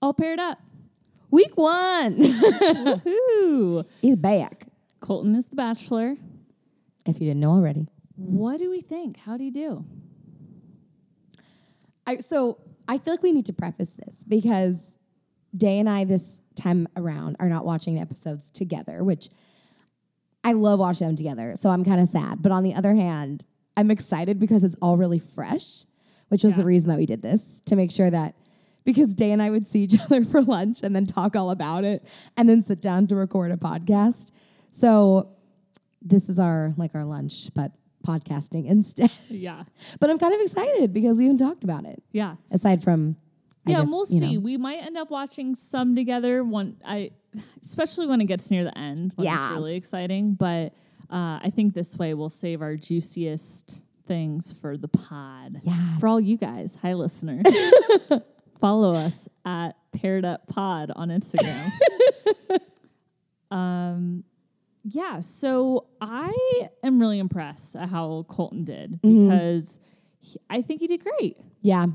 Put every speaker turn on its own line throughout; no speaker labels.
all paired up.
Week one
Woohoo!
is back.
Colton is the bachelor.
If you didn't know already.
What do we think? How do you do?
I, so I feel like we need to preface this because Day and I this time around are not watching the episodes together, which I love watching them together. So I'm kind of sad, but on the other hand, I'm excited because it's all really fresh, which was the reason that we did this to make sure that because Day and I would see each other for lunch and then talk all about it and then sit down to record a podcast. So this is our like our lunch, but podcasting instead.
Yeah.
But I'm kind of excited because we haven't talked about it
Yeah.
aside from I
yeah,
just,
and we'll
you
see.
know.
We might end up watching some together. One, I, especially when it gets near the end. When
Yes.
it's really exciting. But uh, I think this way we'll save our juiciest things for the pod.
Yes.
For all you guys, hi listener, follow us at Paired Up Pod on Instagram. um, yeah. So I am really impressed at how Colton did because he, I think he did great
Yeah,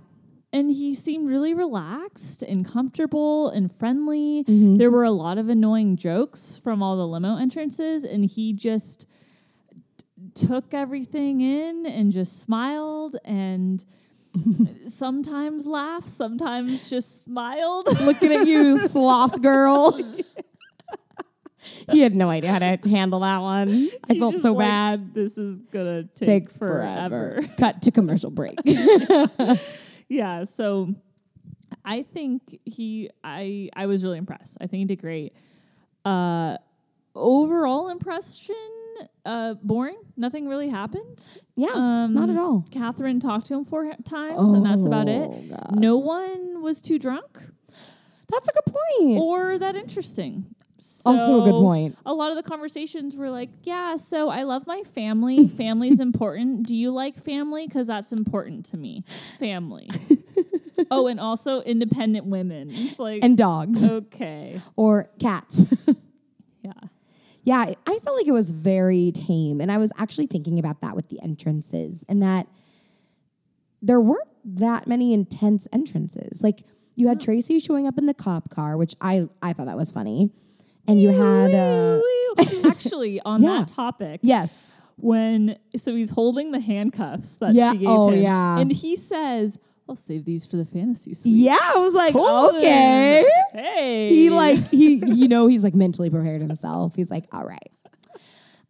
and he seemed really relaxed and comfortable and friendly.
Mm-hmm.
There were a lot of annoying jokes from all the limo entrances, and he just t- took everything in and just smiled and sometimes laughed, sometimes just smiled.
looking at you, sloth girl. he had no idea how to handle that one. I
He's
felt
just
so
like,
bad.
This is gonna take,
Take
forever.
forever. Cut to commercial break.
yeah so i think he i i was really impressed i think he did great uh overall impression uh boring nothing really happened
yeah, not at
Um,
all.
catherine talked to him four times and that's about it
Oh, God.
no one was too drunk
That's a good point.
or that interesting so
Also a good point.
a lot of the conversations were like yeah so i love my family family's important do you like family because that's important to me family oh and also independent women it's like
And dogs
okay
or cats.
yeah
Yeah, I- I felt like it was very tame. And I was actually thinking about that with the entrances and that there weren't that many intense entrances. Like you had Tracy showing up in the cop car, which I, I thought that was funny. And you had, uh,
actually on
Yeah.
that topic
yes,
when so he's holding the handcuffs that
Yeah,
she gave
oh,
him
yeah.
and he says i'll save these for the fantasy suite
yeah, I was like,
Colin,
okay.
hey
He like, he, you know, he's like mentally prepared himself. He's like, all right.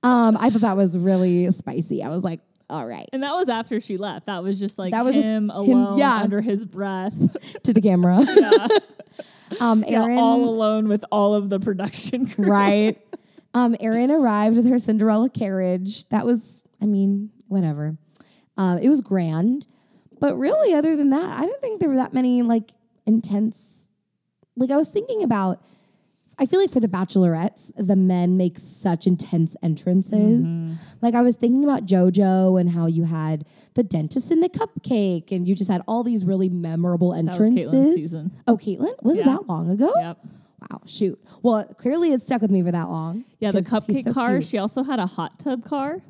Um, I thought that was really spicy. I was like, all right,
And that was after she left. That was just like
That was just
him
him-
alone
yeah.
under his breath.
to the camera. um,
Yeah,
Aaron,
all alone with all of the production crew.
right? Um, Erin arrived with her Cinderella carriage. That was, I mean, whatever. Uh, it was grand, but really, other than that, I didn't think there were that many like intense. Like I was thinking about, I feel like for the Bachelorettes, the men make such intense entrances.
Mm-hmm.
Like I was thinking about JoJo and how you had the dentist and the cupcake, and you just had all these really memorable
That was
entrances.
Caitlin's season.
Oh, Caitlin, was it
Yeah.
that long ago?
Yep.
Wow, shoot. Well, clearly it stuck with me for that long.
Yeah, the
'cause he's
cupcake
so
car.
cute.
She also had a hot tub car.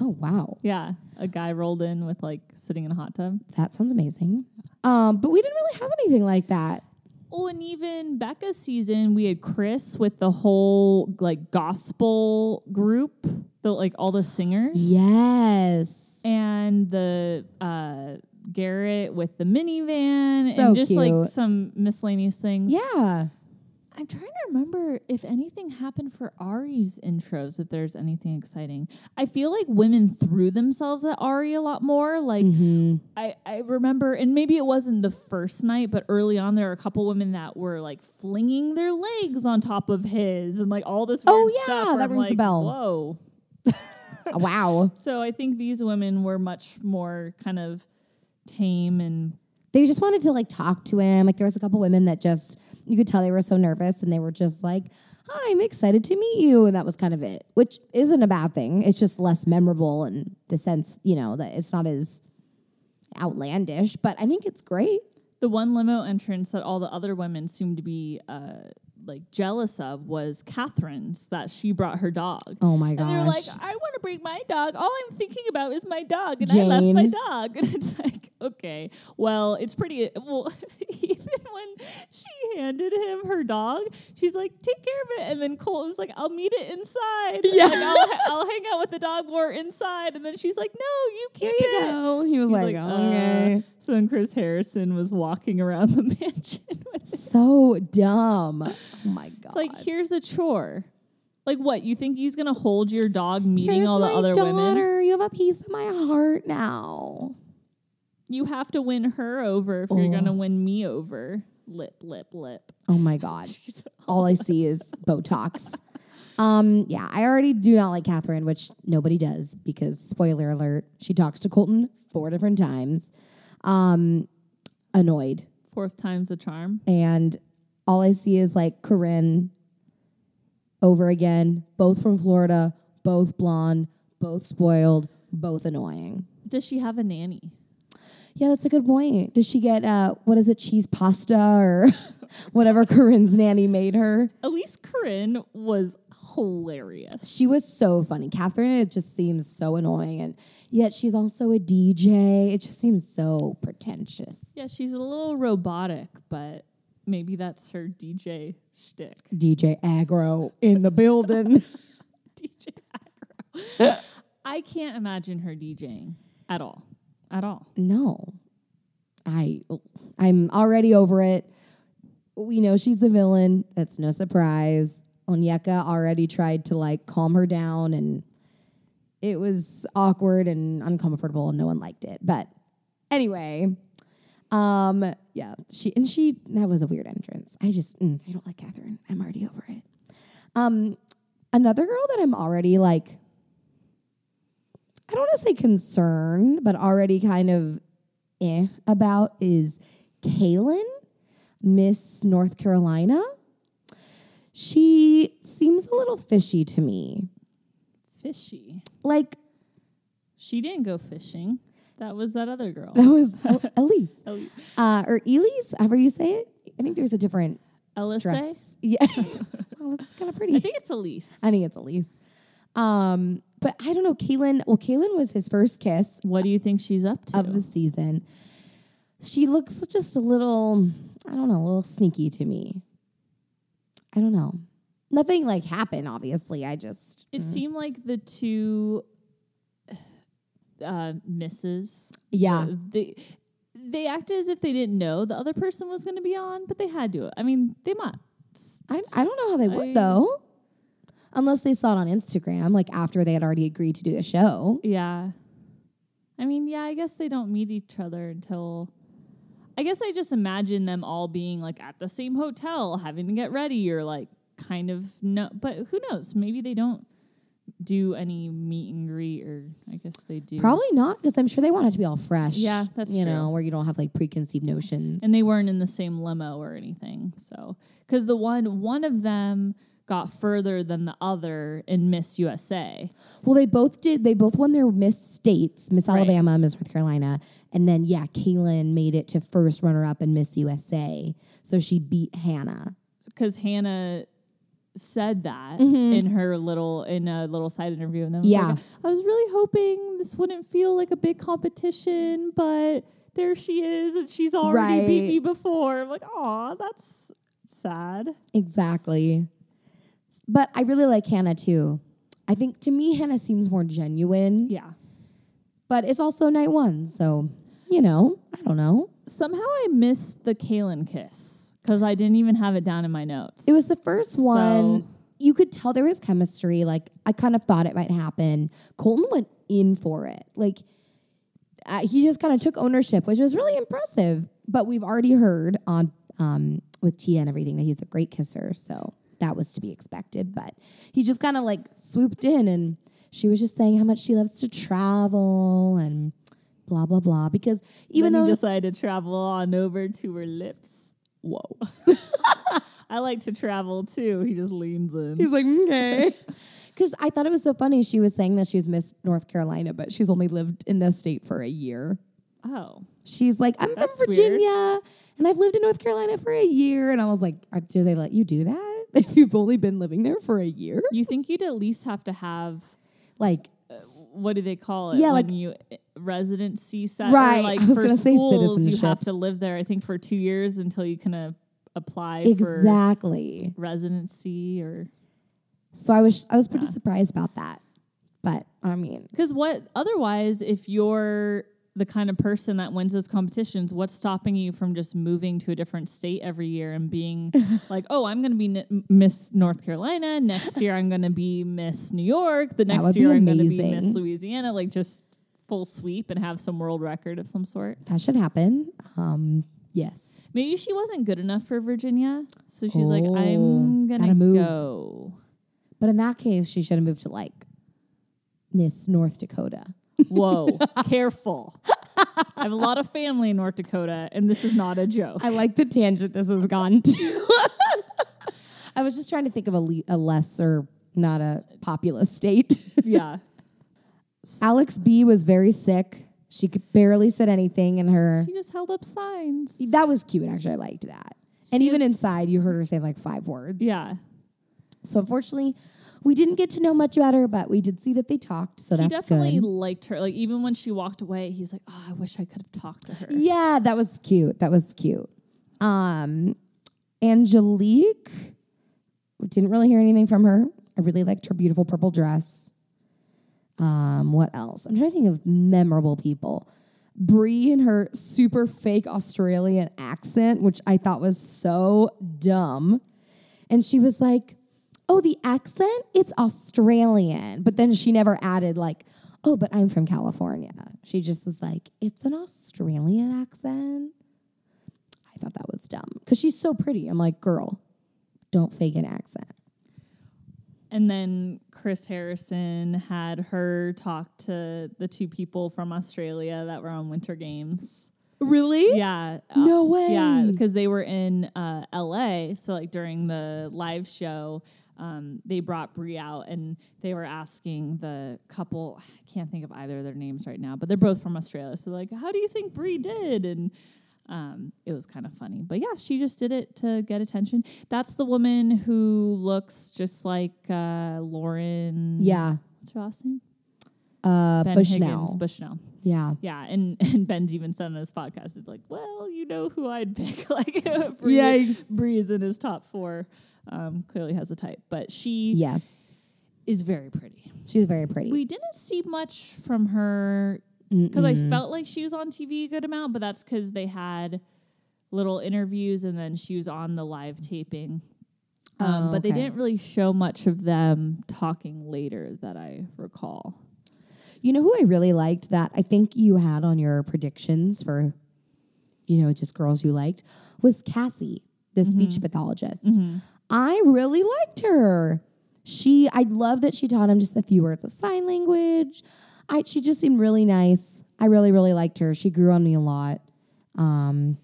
Oh, wow.
Yeah, a guy rolled in with like sitting in a hot tub.
That sounds amazing. Um, but we didn't really have anything like that.
Oh, and even Becca's season, we had Chris with the whole like gospel group, the like all the singers.
Yes.
and the uh, Garrett with the minivan,
So
and just
cute.
like some miscellaneous things.
Yeah.
I'm trying to remember if anything happened for Ari's intros, if there's anything exciting. I feel like women threw themselves at Ari a lot more. Like,
Mm-hmm.
I, I remember, and maybe it wasn't the first night, but early on, there were a couple women that were like flinging their legs on top of his and like all this weird
Oh, yeah,
stuff. where
that
I'm
rings a
like,
bell.
Whoa.
wow.
So I think these women were much more kind of tame and
They just wanted to like talk to him. Like there was a couple women that just you could tell they were so nervous and they were just like, "Hi, I'm excited to meet you." And that was kind of it, which isn't a bad thing. It's just less memorable in the sense, you know, that it's not as outlandish, but I think it's great.
the one limo entrance that all the other women seemed to be uh, like jealous of was Catherine's that she brought her dog.
Oh my gosh.
And they're like, I want to bring my dog. All I'm thinking about is my dog, and I left my
Jane.
dog. And it's like, okay, well, it's pretty. Well, even when she handed him her dog, she's like, "Take care of it," and then Colt was like, "I'll meet it inside.
Yeah.
like, I'll, I'll hang out with the dog more inside." And then she's like, "No, you
Here
keep
you
it."
go. He was
He's
like,
uh,
okay.
So then Chris Harrison was walking around the mansion with
"Uh." so dumb. Oh my god.
It's like here's a chore. Like what? You think he's gonna hold your dog meeting
Here's
all the
my
other women?
daughter. You have a piece of my heart now.
You have to win her over if you're
Oh.
gonna win me over. Lip, lip, lip.
Oh my god.
She's-
All I see is Botox. Um, yeah, I already do not like Catherine, which nobody does because spoiler alert, she talks to Colton four different times. Um, annoyed.
Fourth time's a charm.
And all I see is like Corinne over again, both from Florida, both blonde, both spoiled, both annoying.
Does she have a nanny?
Yeah, that's a good point. Does she get uh, what is it, cheese pasta or whatever Corinne's nanny made her?
At least Corinne was hilarious.
She was so funny. Catherine, it just seems so annoying, and yet she's also a DJ. It just seems so pretentious.
yeah, she's a little robotic, but maybe that's her DJ shtick.
DJ aggro in the building.
DJ aggro. I can't imagine her DJing at all. At all.
no, I, I'm already over it. We know she's the villain. That's no surprise. Onyeka already tried to like calm her down, and it was awkward and uncomfortable, and no one liked it. But anyway, Um, yeah, she and she that was a weird entrance. I just mm, I don't like Catherine. I'm already over it. Um, another girl that I'm already like, I don't want to say concerned, but already kind of eh about is Kaylin, Miss North Carolina. She seems a little fishy to me.
Fishy.
Like
She didn't go fishing. That was that other girl.
that was El- Elise
El-
uh, or Elise, however you say it. I think there's a different
Elise?
stress. Yeah. well, that's kind of pretty.
I think it's Elise.
I think it's Elise. Um, but I don't know, Kaylin. Well, Kaylin was his first kiss
what do you think she's up to?
of the season. She looks just a little, I don't know, a little sneaky to me. I don't know. Nothing like happened, obviously. I just
it seemed like the two uh, misses. uh,
Yeah.
They they acted as if they didn't know the other person was going to be on, but they had to. I mean, they must.
I, I don't know how they would
I-
though. Unless they saw it on Instagram, like after they had already agreed to do the show.
Yeah. I mean, yeah, I guess they don't meet each other until. I guess I just imagine them all being like at the same hotel, having to get ready or like kind of no. But who knows? Maybe they don't do any meet and greet, or I guess they do.
Probably not, because I'm sure they want it to be all fresh.
Yeah, that's
you
true.
know, where you don't have like preconceived notions.
and they weren't in the same limo or anything. So, because the one one of them got further than the other in Miss USA.
Well, they both did. They both won their Miss States, Miss
Right.
Alabama, Miss North Carolina, and then yeah, Kaylin made it to first runner up in Miss USA, so she beat Hannah.
because Hannah said that
Mhm.
in her little in a little side interview, and then was
Yeah.
like, I was really hoping this wouldn't feel like a big competition, but there she is, and she's already beat
Right.
me before. I'm like, aw, that's sad.
Exactly. But I really like Hannah too. I think to me Hannah seems more genuine,
Yeah.
but it's also night one, so you know, I don't know.
Somehow I missed the Kalen kiss because I didn't even have it down in my notes.
It was the first one.
So-
You could tell there was chemistry. Like I kind of thought it might happen. Colton went in for it. Like uh, he just kind of took ownership, which was really impressive. But we've already heard on um, with Tia and everything that he's a great kisser, so that was to be expected. But he just kind of like swooped in, and she was just saying how much she loves to travel and blah blah blah. Because
even
even
then
though
he decided to travel on over to her lips. Whoa. I like to travel too. He just leans in.
like, okay. Because I thought it was so funny. She was saying that she was Miss North Carolina, but she's only lived in this state for a year.
oh.
She's like, I'm
That's
from
weird.
Virginia, and I've lived in North Carolina for a year. And I was like, "Are- do they let you do that if you've only been living there for a year?
You think you'd at least have to have uh,
Like,
what do they call it?
Yeah,
when
like-
you uh, residency set or,
Right,
Like
I was
for
gonna say
schools, you
citizenship.
have to live there. I think for two years until you can uh, apply for
exactly.
residency or
So I was I was pretty
Yeah.
surprised about that. But I mean,
because what otherwise if you're the kind of person that wins those competitions what's stopping you from just moving to a different state every year and being like oh i'm going to be N- miss north carolina next year i'm going to be miss new york the
would
next
be
year i'm going to be miss
amazing.
louisiana like just full sweep and have some world record of some sort
that should happen. Um, yes.
Maybe she wasn't good enough for Virginia, so she's like,
Oh,
I'm gonna
gotta move."
go.
But in that case, she should have moved to like Miss North Dakota.
Whoa, careful! I have a lot of family in North Dakota, and this is not a joke.
I like the tangent this has gone to. I was just trying to think of a, le- a lesser, not a populous state.
yeah,
Alex B was very sick. She could barely said anything in her.
she just held up signs.
That was cute, actually. I liked that. and
She
even
is-
inside, you heard her say like five words.
Yeah,
So unfortunately, we didn't get to know much about her, but we did see that they talked. So
he
that's
definitely
good.
liked her. Like even when she walked away, he's like, "Oh, I wish I could have talked to her."
Yeah, that was cute. That was cute. Um, Angelique we didn't really hear anything from her. I really liked her beautiful purple dress. Um, what else? I'm trying to think of memorable people. Brie and her super fake Australian accent, which I thought was so dumb. And she was like, Oh, the accent? It's Australian. But then she never added, like, Oh, but I'm from California. She just was like, It's an Australian accent. I thought that was dumb because she's so pretty. I'm like, Girl, don't fake an accent.
And then Chris Harrison had her talk to the two people from Australia that were on Winter Games.
Really?
Yeah. uh,
No way.
Yeah, because they were in uh, LA. So, like during the live show, um, they brought Brie out and they were asking the couple, I can't think of either of their names right now, but they're both from Australia. So, like, how do you think Brie did? And um, it was kind of funny. But yeah, she just did it to get attention. That's the woman who looks just like uh, Lauren.
Yeah.
What's her last name?
Uh,
Ben
Bushnell.
Higgins. Bushnell.
Yeah.
Yeah, and, and Ben's even said on his podcast, it's like, well, you know who I'd pick. like, Bree,
Yikes.
Bree is in his top four. Um, clearly has a type, but she
Yes.
is very pretty.
She's very pretty.
We didn't see much from her because I felt like she was on TV a good amount, but that's because they had little interviews and then she was on the live taping. Um,
Oh,
but they
okay.
didn't really show much of them talking later that I recall.
You know who I really liked that I think you had on your predictions for, you know, just girls you liked was Cassie, the
Mm-hmm.
speech pathologist. I really liked her. She, I love that she taught him just a few words of sign language. I, she just seemed really nice. I really, really liked her. She grew on me a lot. Um,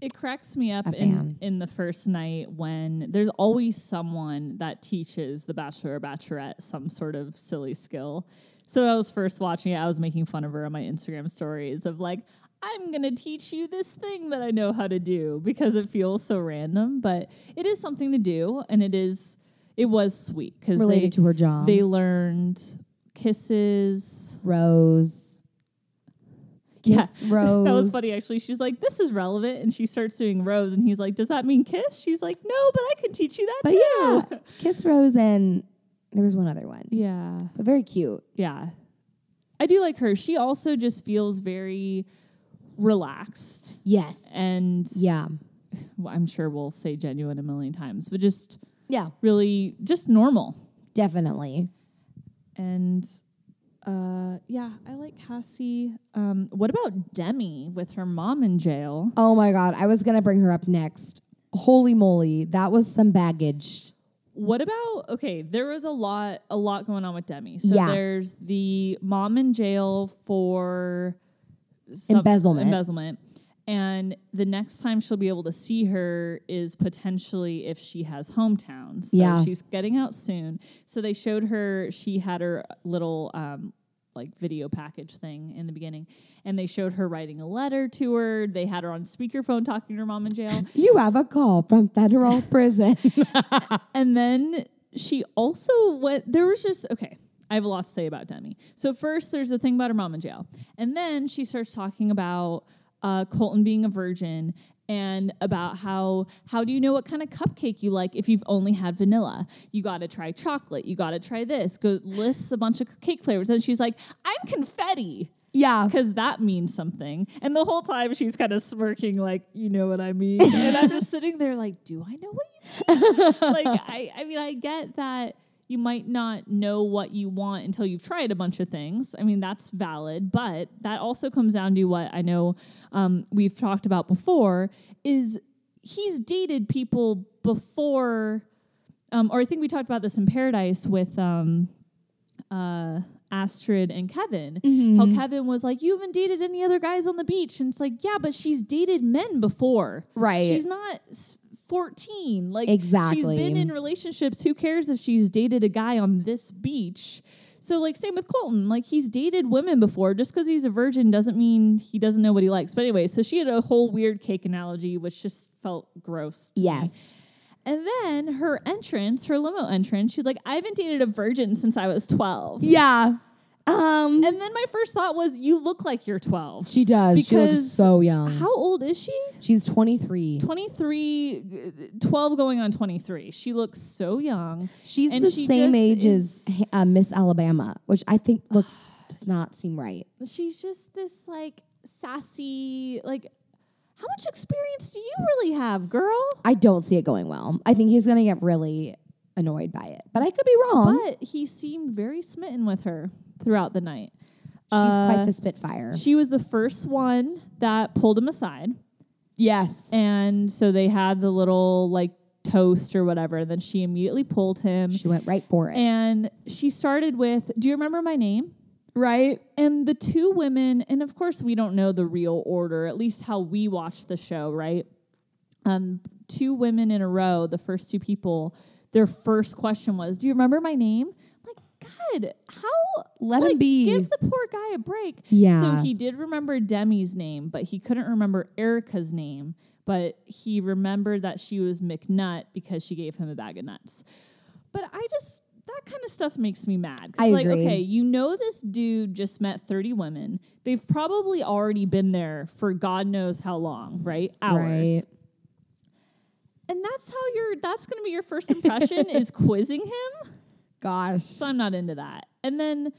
It cracks me up
A
in,
fan.
in the first night when there's always someone that teaches the bachelor or bachelorette some sort of silly skill. So when I was first watching it, I was making fun of her on my Instagram stories of like, I'm gonna teach you this thing that I know how to do because it feels so random, but it is something to do and it is it was sweet because
related
they,
to her job.
they learned kisses,
Rose.
Yeah.
Kiss Rose.
That was funny, actually. She's like, "This is relevant," and she starts doing rose, and he's like, "Does that mean kiss?" She's like, "No, but I can teach you that
But
too."
yeah, Kiss Rose and there was one other one.
Yeah,
But very cute.
yeah, I do like her. She also just feels very relaxed,
Yes.
and
Yeah.
well, I'm sure we'll say genuine a million times, but just
Yeah,
really just normal.
definitely.
And uh, yeah, I like Cassie. Um, what about Demi with her mom in jail?
Oh my God. I was going to bring her up next. Holy moly. That was some baggage.
What about okay? There was a lot, a lot going on with Demi. So
Yeah.
there's the mom in jail for some-
Embezzlement.
Embezzlement, and the next time she'll be able to see her is potentially if she has hometown. So
Yeah.
she's getting out soon. So they showed her. She had her little um, like video package thing in the beginning, and they showed her writing a letter to her. They had her on speakerphone talking to her mom in jail.
You have a call from federal prison.
And then she also went, there was just, okay, I have a lot to say about Demi. So, first, there's the thing about her mom in jail. And then she starts talking about uh, Colton being a virgin and about how how do you know what kind of cupcake you like if you've only had vanilla? You got to try chocolate. You got to try this. Go lists a bunch of cake flavors, and she's like, "I'm confetti."
Yeah.
because that means something. And the whole time she's kind of smirking, like, you know what I mean? and I'm just sitting there, like, do I know what you mean? like, I, I mean, I get that you might not know what you want until you've tried a bunch of things. I mean, that's valid, but that also comes down to what I know um, we've talked about before is he's dated people before. Um, or I think we talked about this in Paradise with um, uh, Astrid and Kevin.
Mm-hmm.
How Kevin was like, You haven't dated any other guys on the beach. And it's like, Yeah, but she's dated men before.
Right.
She's not s- 14. Like, She's
Exactly.
been in relationships. Who cares if she's dated a guy on this beach? So, like, same with Colton. Like, he's dated women before. Just because he's a virgin doesn't mean he doesn't know what he likes. But anyway, so she had a whole weird cake analogy, which just felt gross. to me.
yes.
And then her entrance, her limo entrance, she's like, I haven't dated a virgin since I was 12.
Yeah. Um
And then my first thought was, you look like you're 12.
she does. She looks
because
so young.
How old is she?
She's 23.
23, uh, 12 going on 23. She looks so young.
She's
and
the
she
same
just
age
is-
as uh, Miss Alabama, which I think looks does not seem right.
She's just this like sassy, like, how much experience do you really have, girl?
I don't see it going well. I think he's going to get really annoyed by it, but I could be wrong.
But he seemed very smitten with her throughout the night.
She's quite
Uh,
the spitfire.
She was the first one that pulled him aside.
yes.
And so they had the little like toast or whatever. Then she immediately pulled him.
She went right for it.
And she started with, Do you remember my name?
Right?
And the two women, and of course, we don't know the real order, at least how we watch the show, right? Um, two women in a row, the first two people, their first question was, Do you remember my name? I'm like, God, how?
Let
like,
him be.
Give the poor guy a break.
Yeah.
So he did remember Demi's name, but he couldn't remember Erica's name. But he remembered that she was McNutt because she gave him a bag of nuts. But I just that kind of stuff makes me mad. 'Cause,
I
like,
agree.
okay, you know this dude just met 30 women. They've probably already been there for God knows how long, right? Hours.
Right.
And that's how your that's gonna be your first impression is quizzing him.
Gosh.
So I'm not into that. And then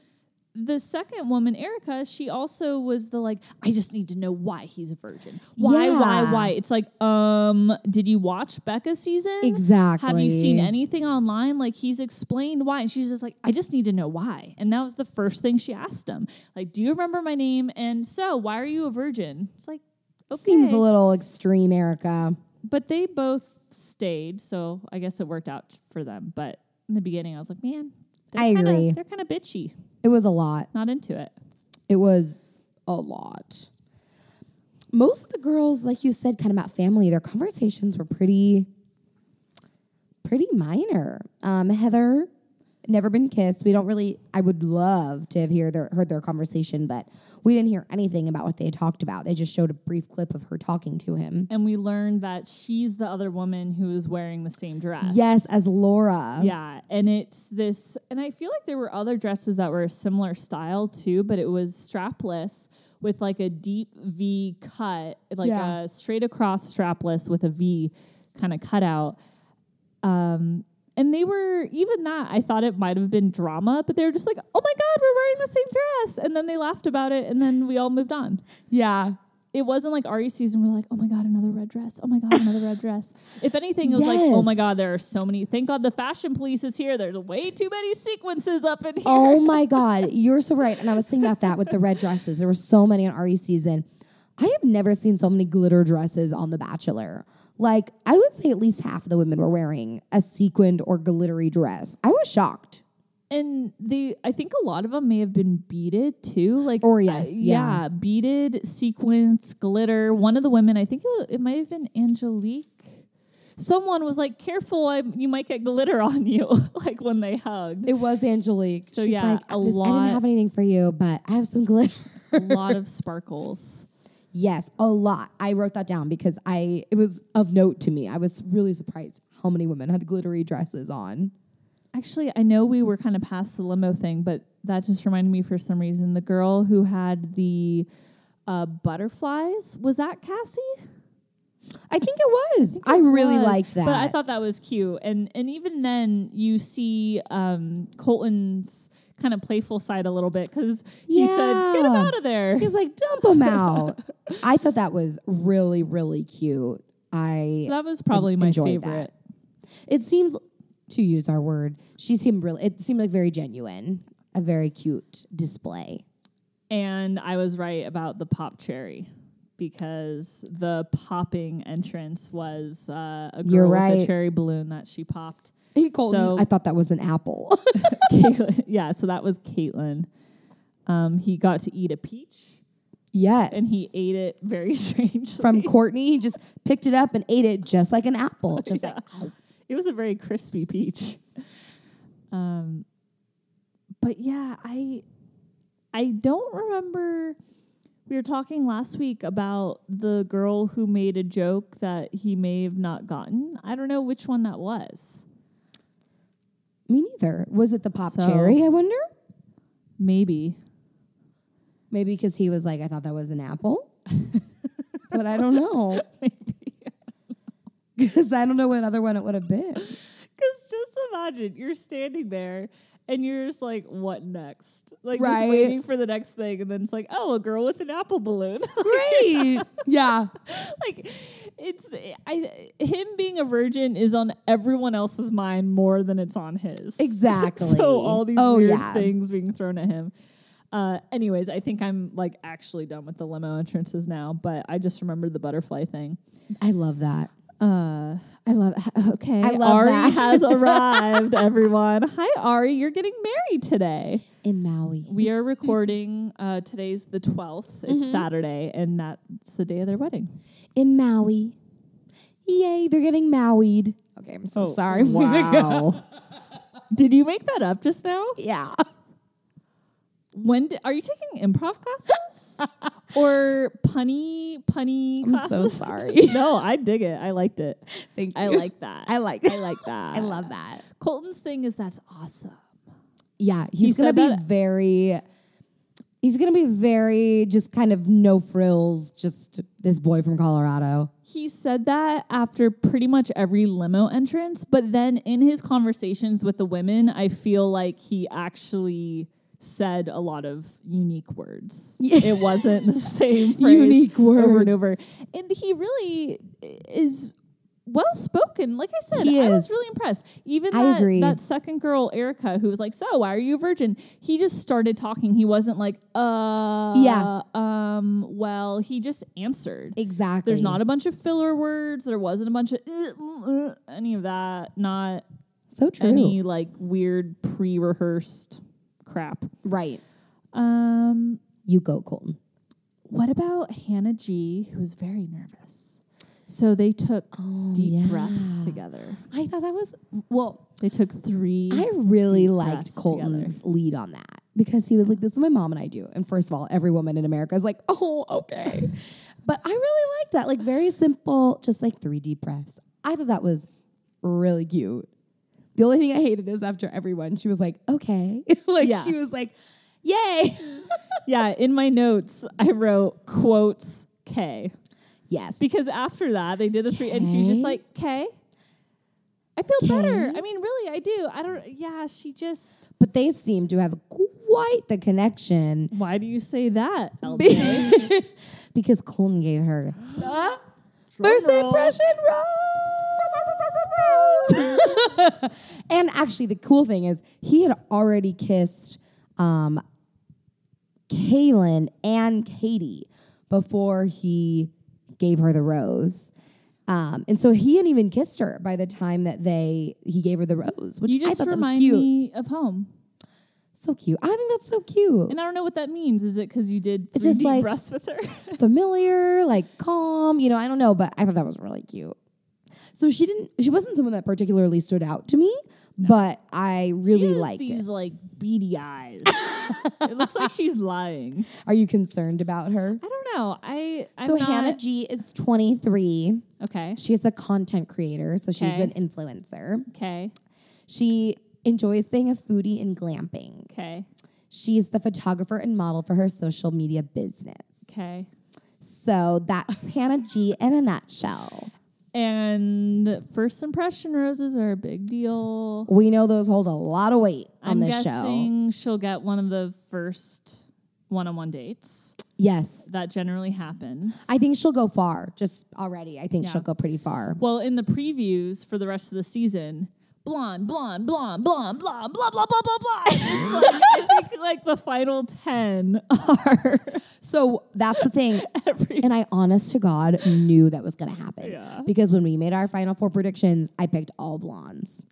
the second woman, Erica, she also was the like, I just need to know why he's a virgin. Why, why,
Yeah.
why? It's like, um, did you watch Becca's season?
Exactly.
Have you seen anything online? Like he's explained why. And she's just like, I just need to know why. And that was the first thing she asked him. Like, do you remember my name? And so why are you a virgin? It's like, okay.
Seems a little extreme, Erica.
But they both stayed, so I guess it worked out for them. But in the beginning, I was like, man, they're
I
kinda-
agree.
They're kind of bitchy.
It was a lot.
Not into it.
It was a lot. Most of the girls, like you said, kind of about family, their conversations were pretty, pretty minor. Um, Heather, never been kissed. We don't really. I would love to have hear their, heard their conversation, but we didn't hear anything about what they talked about. They just showed a brief clip of her talking to him.
And we learned that she's the other woman who is wearing the same dress.
Yes, as Laura.
Yeah. And it's this, and I feel like there were other dresses that were a similar style too, but it was strapless with like a deep V cut, like
Yeah.
a straight across strapless with a V kind of cutout. Um, and they were even that I thought it might have been drama, but they were just like, "Oh my god, we're wearing the same dress!" And then they laughed about it, and then we all moved on.
yeah.
it wasn't like RE season. We're like, oh my god, another red dress. Oh my god, another red dress. If anything, it was like, oh my
Yes.
god, there are so many. Thank God the fashion police is here. There's way too many sequences up in here.
Oh my God, you're so right. And I was thinking about that with the red dresses. There were so many on RE season. I have never seen so many glitter dresses on The Bachelor. Like, I would say at least half of the women were wearing a sequined or glittery dress. I was shocked.
And they, I think a lot of them may have been beaded too. Like,
Or Oh, yes,
yeah, beaded sequins, glitter. One of the women, I think it, it might have been Angelique. Someone was like, "Careful, I, you might get glitter on you." like when they hugged.
It was Angelique.
So, yeah,
like,
a
"This- I
lot-
didn't have anything for you, but I have some glitter.
a lot of sparkles.
Yes, a lot. I wrote that down because I it was of note to me. I was really surprised how many women had glittery dresses on.
Actually, I know we were kind of past the limo thing, but that just reminded me for some reason. The girl who had the uh, butterflies was that Cassie?
I think it was. I, really
was,
liked that.
But I thought that was cute. And and even then you see um Colton's kind of playful side a little bit because he said, get him
Yeah.
out of there.
he's like dump him out. I thought that was really really cute. I
So that was probably my
enjoyed that.
favorite.
it seemed to use our word. She seemed really. It seemed like very genuine. A very cute display.
And I was right about the pop cherry because the popping entrance was uh, a girl
You're
with
right.
a cherry balloon that she popped.
And Colton,
So-
I thought that was an apple.
Caitlin, yeah, so that was Caitlin. Um, he got to eat a peach
yes.
and he ate it very strangely.
from Courtney, he just picked it up and ate it just like an apple. Just like "Oh, ow.
it was a very crispy peach. Um, but yeah, I I don't remember. We were talking last week about the girl who made a joke that he may have not gotten. I don't know which one that was.
me neither. Was it the pop
So-
cherry? I wonder.
Maybe.
Maybe because he was like, I thought that was an apple, but I don't know. Because I don't know what other one it would have been.
Because just imagine you're standing there and you're just like, what next? Like
Right.
just waiting for the next thing. And then it's like, oh, a girl with an apple balloon.
Great. yeah.
like it's I him being a virgin is on everyone else's mind more than it's on his.
Exactly.
so all these
Oh,
weird
yeah.
things being thrown at him. Uh, anyways, I think I'm like actually done with the limo entrances now, but I just remembered the butterfly thing.
I love that.
Uh, I love. Okay,
I love
Ari
that.
has arrived. Everyone, hi Ari, you're getting married today.
In Maui.
We are recording. Uh, today's the 12th. It's
Mm-hmm.
Saturday, and that's the day of their wedding.
In Maui. Yay, they're getting Mauied. Okay, I'm so
Oh,
sorry. I'm gonna go.
Wow. Did you make that up just now?
Yeah.
When di- are you taking improv classes or punny punny
I'm so
classes?
sorry.
no, I dig it. I liked it.
Thank you.
I like that.
I like
I like that.
I love that.
Colton's thing is that's awesome.
Yeah, he's
He
gonna
said
be
that-
very. He's gonna be very just kind of no frills, just this boy from Colorado.
He said that after pretty much every limo entrance, but then in his conversations with the women, I feel like he actually said a lot of unique words.
Yeah.
It wasn't the same phrase
Unique
over
words.
and over. And he really is well spoken. Like I said,
He
I was
is.
really impressed. Even
I
that,
agree.
that second girl, Erica, who was like, "So, why are you a virgin?" He just started talking. He wasn't like, "Uh,
Yeah.
um, well." He just answered.
Exactly.
There's not a bunch of filler words. There wasn't a bunch of uh, mm, uh, any of that. Not
so true.
any like weird pre-rehearsed crap.
right.
Um,
You go, Colton.
what about Hannah G, who's very nervous? So they took deep
Oh, yeah.
breaths together.
I thought that was well.
They took three.
I really
deep
liked
breaths
Colton's lead on that because he was like, "This is what my mom and I do." And first of all, every woman in America is like, "Oh, okay," but I really liked that. Like very simple, just like three deep breaths. I thought that was really cute. The only thing I hated is after everyone, she was like, "Okay," like
Yeah.
she was like, "Yay!"
yeah, in my notes, I wrote quotes K
yes,
because after that they did the three, and she's
K?
just like K. I feel better.
K?
I mean, really, I do. I don't. Yeah, she just.
but they seem to have quite the connection
Why do you say that, LJ?
because Colton gave her First impression rose. and actually, the cool thing is he had already kissed um, Kaylin and Katie before he gave her the rose. Um, and so he hadn't even kissed her by the time that they he gave her the rose, which
You
I
just
thought that was
remind
cute.
me of home.
So cute. I think that's so cute.
And I don't know what that means. Is it because you did
It's
three
just
deep
like-
breaths with her?
familiar, like calm, you know, I don't know, but I thought that was really cute. So she didn't she wasn't someone that particularly stood out to me, but I really
She has
liked
these
it.
like beady eyes. it looks like she's lying.
Are you concerned about her?
I don't know. I I'm
so
not,
Hannah G is 23.
Okay.
She's a content creator, so she's
Okay.
an influencer.
Okay.
She enjoys being a foodie and glamping.
Okay.
She's the photographer and model for her social media business.
Okay.
So that's Hannah G in a nutshell.
And first impression roses are a big deal.
We know those hold a lot of weight on
I'm
this show.
guessing she'll get one of the first one-on-one dates.
Yes.
That generally happens.
I think she'll go far just already. I think
Yeah.
she'll go pretty far.
well, in the previews for the rest of the season, blonde, blonde, blonde, blonde, blonde, blah, blah, blah, blah, blah. It's like, I think like the final ten are
So that's the thing.
every.
And I honest to God knew that was going to happen.
Yeah.
Because when we made our final four predictions, I picked all blondes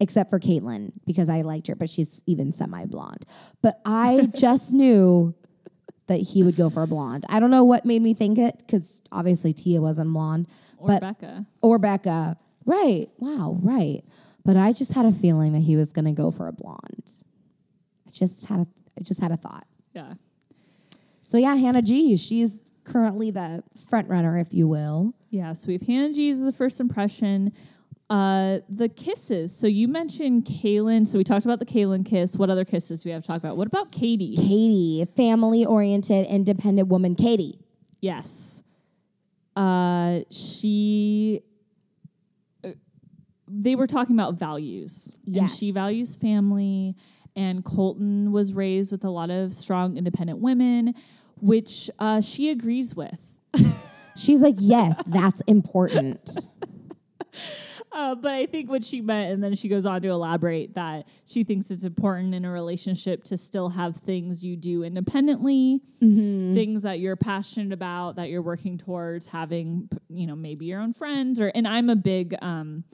except for Caitlyn because I liked her, but she's even semi blonde. But I just knew that he would go for a blonde. I don't know what made me think it because obviously Tia wasn't blonde,
Or
but
Becca.
or Becca. Right. Wow. Right. But I just had a feeling that he was going to go for a blonde. I just had a I just had a thought.
Yeah.
So yeah, Hannah G. She's currently the front runner, if you will.
Yeah, so we've Hannah G is the first impression. Uh, the kisses. So you mentioned Kaylin. So we talked about the Kaylin kiss. What other kisses do we have to talk about? What about Katie?
Katie, family oriented, independent woman. Katie.
Yes. Uh, she. uh, They were talking about values. And
Yes.
she values family. And Colton was raised with a lot of strong, independent women, which uh, she agrees with.
She's like, yes, that's important.
Uh, but I think what she meant, and then she goes on to elaborate that she thinks it's important in a relationship to still have things you do independently, things that you're passionate about, that you're working towards having, p- you know, maybe your own friends. Or and I'm a big, um,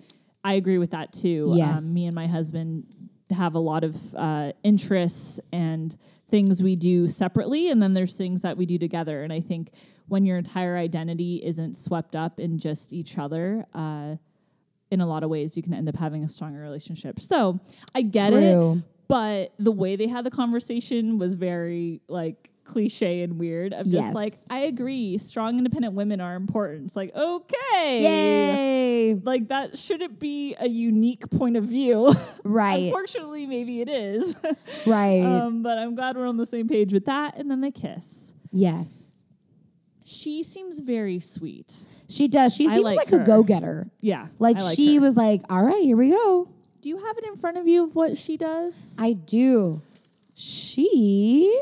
I agree with that too.
Yes.
Um, me and my husband have a lot of uh, interests and things we do separately, and then there's things that we do together. And I think when your entire identity isn't swept up in just each other. Uh, in a lot of ways you can end up having a stronger relationship. So I get
True.
it, but the way they had the conversation was very like cliche and weird. I'm
Yes.
just like, I agree, strong independent women are important. It's like, okay.
Yay.
Like that shouldn't be a unique point of view.
Right.
Unfortunately, maybe it is.
Right.
um, but I'm glad we're on the same page with that. And then they kiss.
yes.
She seems very sweet.
She does. She
I
seems like,
like
a
her.
go getter.
Yeah.
Like,
I
she
her.
was like, all right, here we go.
Do you have it in front of you of what she does?
I do. She,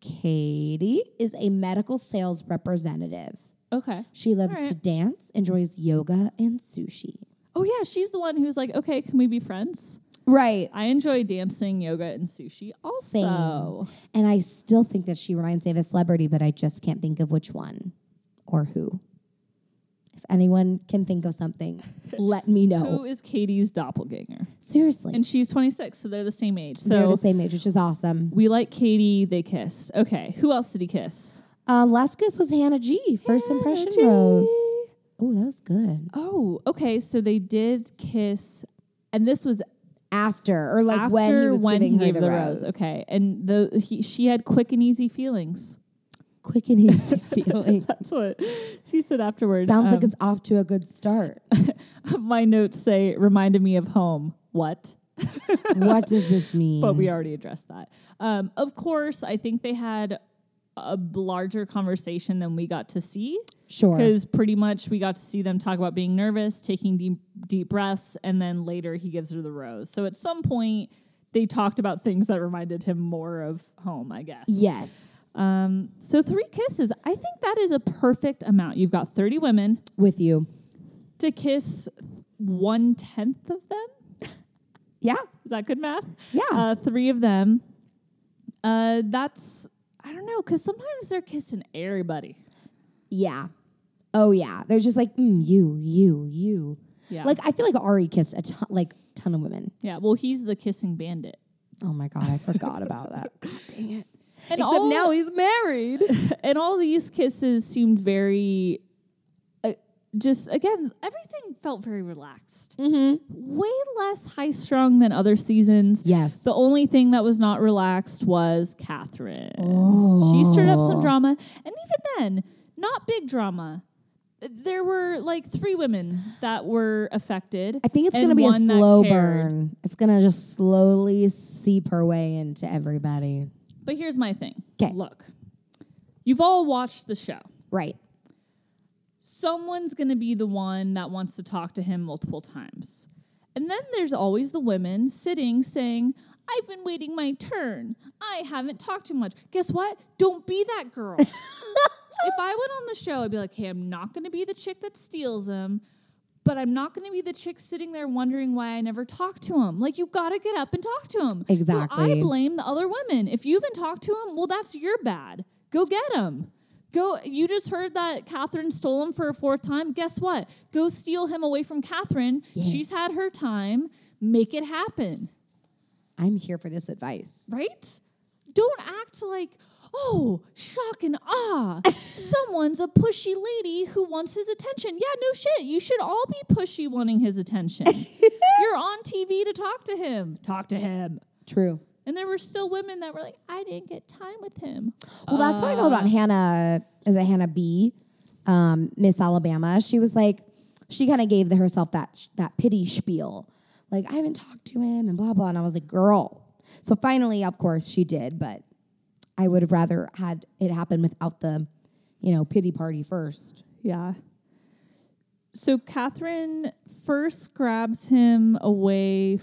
Katie, is a medical sales representative.
okay.
She loves
Alright.
to dance, enjoys yoga and sushi.
Oh yeah, she's the one who's like, okay, can we be friends?
Right.
I enjoy dancing, yoga, and sushi. Also,
And I still think that she reminds me of a celebrity, but I just can't think of which one or who. If anyone can think of something, let me
who
know.
is Katie's doppelganger?
Seriously.
And she's 26, so they're the same age.
They're
So
the same age, which is awesome.
we like Katie. They kissed. Okay, who else did he kiss?
Uh, last kiss was Hannah G. First
Hannah
impression
G.
rose. Oh, that was good.
Oh, okay. So they did kiss, and this was
After or like
after
when he was
when
giving
he
her
gave
the, rose.
Okay, and the he, she had quick and easy feelings.
Quick and easy feeling.
That's what she said afterwards.
Sounds like
Um,
it's off to a good start.
my notes say reminded me of home. What?
what does this mean?
but we already addressed that. Um, of course, I think they had a b- larger conversation than we got to see
sure.
because pretty much we got to see them talk about being nervous, taking deep deep breaths, and then later he gives her the rose. So at some point. They talked about things that reminded him more of home, I guess.
Yes.
Um, so three kisses. I think that is a perfect amount. You've got 30 women
With you.
to kiss one tenth of them.
Yeah.
Is that good math?
Yeah.
uh, three of them. Uh, that's I don't know because sometimes they're kissing everybody.
Yeah. Oh yeah. They're just like mm, you, you, you.
Yeah,
Like I feel like Ari kissed a ton, like ton of women.
yeah. Well, he's the kissing bandit,
Oh my god, I forgot about that. God dang it.
and
Except
all
now he's married.
and all these kisses seemed very, uh, just again everything felt very relaxed,
mm-hmm.
way less high strung than other seasons.
Yes.
The only thing that was not relaxed was Catherine.
Oh.
She stirred up some drama, and even then, not big drama. There were like three women that were affected.
I think it's
and
gonna be a
one that
slow
cared.
burn. It's gonna just slowly seep her way into everybody.
But here's my thing.
'Kay.
Look, You've all watched the show.
Right.
Someone's going to be the one that wants to talk to him multiple times. And then there's always the women sitting saying, I've been waiting my turn. I haven't talked too much. Guess what? Don't be that girl. if I went on the show, I'd be like, hey, I'm not going to be the chick that steals him, but I'm not going to be the chick sitting there wondering why I never talked to him. Like, you got to get up and talk to him. So I
Exactly.
blame the other women. If you haven't talked to him, well, that's your bad. Go get him. Go. You just heard that Catherine stole him for a fourth time. Guess what? Go steal him away from Catherine.
Yeah.
She's had her time. Make it happen
I'm here for this advice.
right? Don't act like, oh, shock and awe. Someone's a pushy lady who wants his attention. Yeah, no shit. You should all be pushy wanting his attention. You're on TV to talk to him. Talk to him.
True.
And there were still women that were like, I didn't get time with him.
Well, that's how I felt about Hannah. Is it Hannah B? Um, Miss Alabama. She was like, she kind of gave the, herself that sh- that pity spiel, like I haven't talked to him and blah blah. And I was like, girl. So finally, of course, she did. But I would have rather had it happen without the, you know, pity party first.
Yeah. So Catherine first grabs him away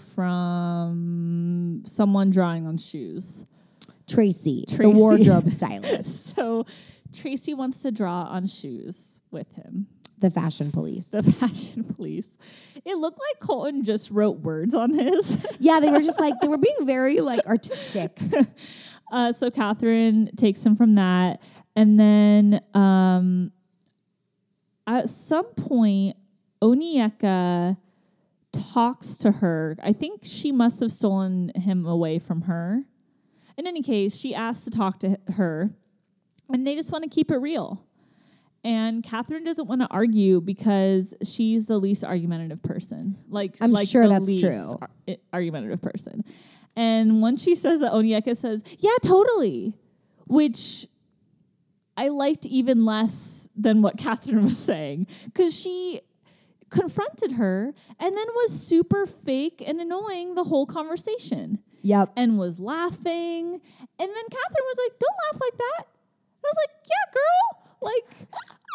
from someone drawing on shoes.
Tracy,
Tracy.
the wardrobe stylist,
so Tracy wants to draw on shoes with him.
the fashion police.
The fashion police. It looked like Colton just wrote words on his.
Yeah, they were just like they were being very like artistic.
Uh, so Catherine takes him from that, and then um, at some point, Onieka talks to her. I think she must have stolen him away from her. In any case, she asks to talk to h- her, and they just want to keep it real. And Catherine doesn't want to argue because she's the least argumentative person. Like
I'm
like
sure
the
that's
least
true.
ar- i- argumentative person. And once she says that, Onyeka says, "Yeah, totally," which I liked even less than what Catherine was saying because she confronted her and then was super fake and annoying the whole conversation
Yep.
and was laughing. And then Catherine was like, Don't laugh like that. And I was like, Yeah, girl. Like,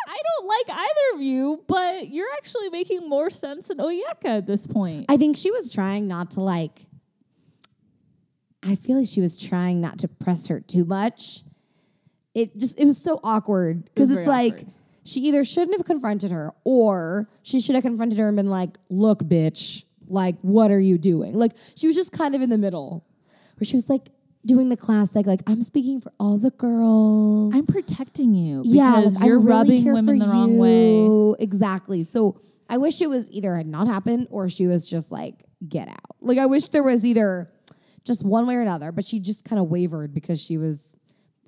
I don't like either of you, but you're actually making more sense than Oyeka at this point.
I think she was trying not to like. I feel like she was trying not to press her too much. It just it was so awkward because
It was
it's
very
like
awkward.
she either shouldn't have confronted her or she should have confronted her and been like, "Look, bitch, like what are you doing?" Like she was just kind of in the middle where she was like doing the classic, like I'm speaking for all the girls.
I'm protecting you because
yeah, like,
you're
I'm really
rubbing
here
women
for
the wrong way.
you. Exactly. So I wish it was either had not happened or she was just like, get out. Like I wish there was either just one way or another, but she just kind of wavered because she was,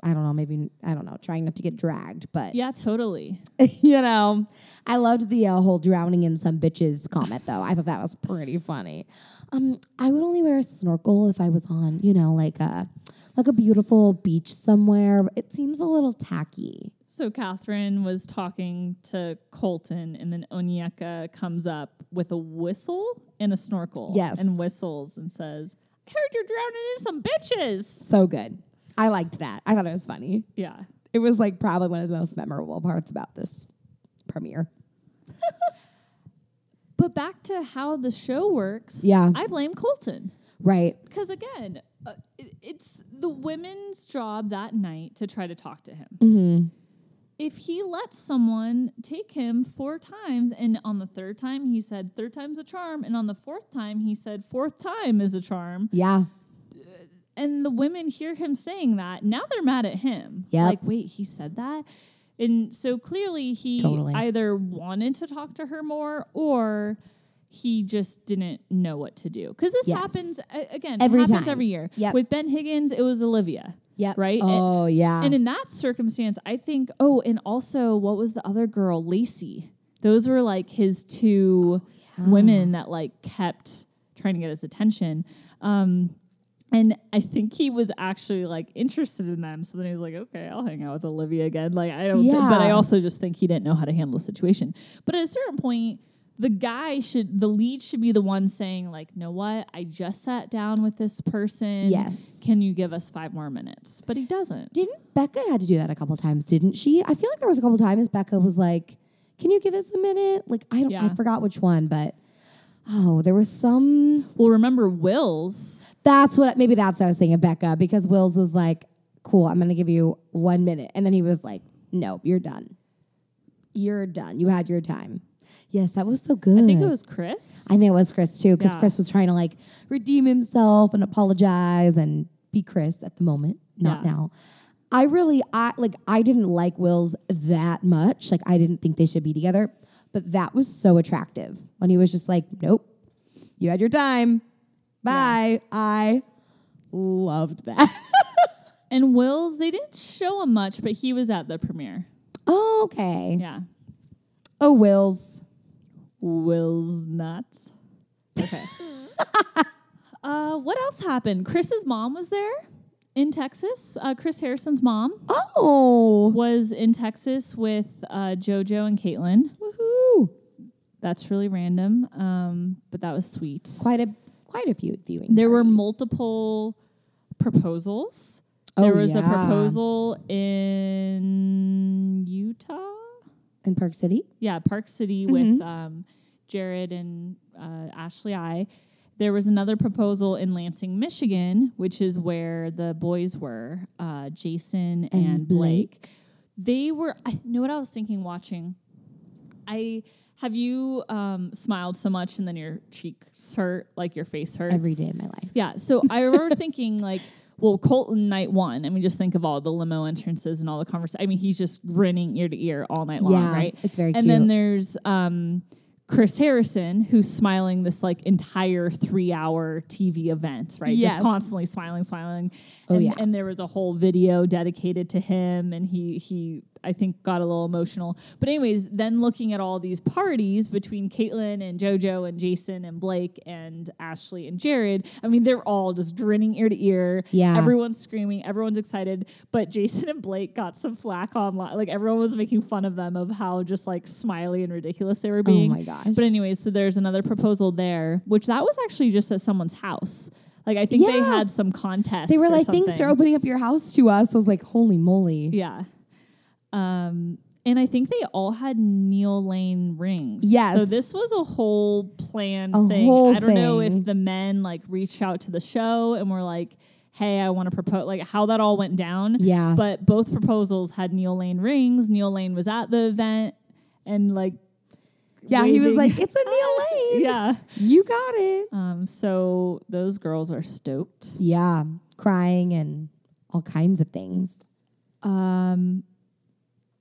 I don't know, maybe I don't know, trying not to get dragged. But
Yeah, totally.
you know, I loved the uh, whole drowning in some bitches comment though. I thought that was pretty funny. Um, I would only wear a snorkel if I was on, you know, like a like a beautiful beach somewhere. It seems a little tacky.
So Catherine was talking to Colton, and then Onyeka comes up with a whistle and a snorkel.
Yes.
And whistles and says, I heard you're drowning in some bitches.
So good. I liked that. I thought it was funny.
Yeah.
It was like probably one of the most memorable parts about this premiere.
But back to how the show works.
Yeah.
I blame Colton.
Right.
Because again, uh, it- it's the women's job that night to try to talk to him. If he lets someone take him four times, and on the third time he said, third time's a charm, and on the fourth time he said, fourth time is a charm,
Yeah.
and the women hear him saying that now they're mad at him
Yep.
like wait he said that and so clearly he
Totally.
either wanted to talk to her more or he just didn't know what to do because this
Yes.
happens a- again
Every
it happens
time.
every year
Yep.
with ben higgins it was olivia
Yeah.
Right?
Oh, yeah.
and in that circumstance i think oh and also what was the other girl lacey those were like his
Oh,
two women that like kept trying to get his attention um, and I think he was actually like interested in them. So then he was like, okay, I'll hang out with Olivia again. Like, I don't, thi- but I
Yeah.
also just think he didn't know how to handle the situation. But at a certain point, the guy should the lead should be the one saying like, "Know what? I just sat down with this person.
Yes.
Can you give us 5 more minutes?" But he doesn't.
Didn't Becca had to do that a couple times, didn't she? I feel like there was a couple times Becca was like, "Can you give us a minute?" Like I don't, I
Yeah.
forgot which one, but oh, there was some.
Well, remember Will's
That's what maybe that's what I was thinking, Becca, because Will's was like, "Cool, I'm gonna give you one minute," and then he was like, "Nope, you're done. You're done. You had your time." Yes, that was so good.
I think it was Chris.
I think it was Chris too, because
Yeah.
Chris was trying to like redeem himself and apologize and be Chris at the moment, not
Yeah.
now. I really, I like, I didn't like Will's that much. Like, I didn't think they should be together, but that was so attractive when he was just like, "Nope, you had your time, bye." I loved that.
and Will's, they didn't show him much, but he was at the premiere.
okay.
Yeah.
Oh, Will's.
Will's nuts. Okay. uh, what else happened? Chris's mom was there in Texas. Uh, Chris Harrison's mom
Oh,
was in Texas with uh, JoJo and Caitlin.
woohoo!
That's really random, um, but that was sweet.
Quite a quite a few viewing.
There were
parties.
multiple proposals.
Oh,
There was a
yeah.
proposal in Utah.
in Park City.
Yeah, Park City
Mm-hmm.
with um, Jared and uh, Ashley I. There was another proposal in Lansing, Michigan, which is where the boys were, uh, Jason and, Blake. They were. I you know what I was thinking watching. I have you um, smiled so much and then your cheeks hurt, like your face hurts
every day of my life.
Yeah. So I remember thinking like, well, Colton night one. I mean, just think of all the limo entrances and all the conversation. I mean, he's just grinning ear to ear all night long,
Yeah,
right?
it's very
And
cute.
then there's um, Chris Harrison, who's smiling this like entire three hour TV event, right?
Yes.
Just constantly smiling, smiling.
Oh,
and,
yeah.
and there was a whole video dedicated to him, and he he I think got a little emotional. But anyways, then looking at all these parties between Caitlin and JoJo and Jason and Blake and Ashley and Jared, I mean they're all just grinning ear to ear.
Yeah.
everyone's screaming, everyone's excited. But Jason and Blake got some flack online, like everyone was making fun of them of how just like smiley and ridiculous they were being.
Oh my gosh.
But anyways, so there's another proposal there, which that was actually just at someone's house. Like I think they
Yeah.
had some contest.
they were
or
like,
something.
thanks for opening up your house to us. I was like, holy moly.
Yeah. Um, and I think they all had Neil Lane rings.
Yes.
So this was a whole planned
A
thing.
whole
I don't know
thing.
if the men like reached out to the show and were like, hey, I want to propose, like how that all went down.
Yeah.
But both proposals had Neil Lane rings. Neil Lane was at the event and like,
yeah, he was
waving.
like, it's a Neil Lane.
yeah.
You got it.
Um, so those girls are stoked.
Yeah. Crying and all kinds of things.
Um,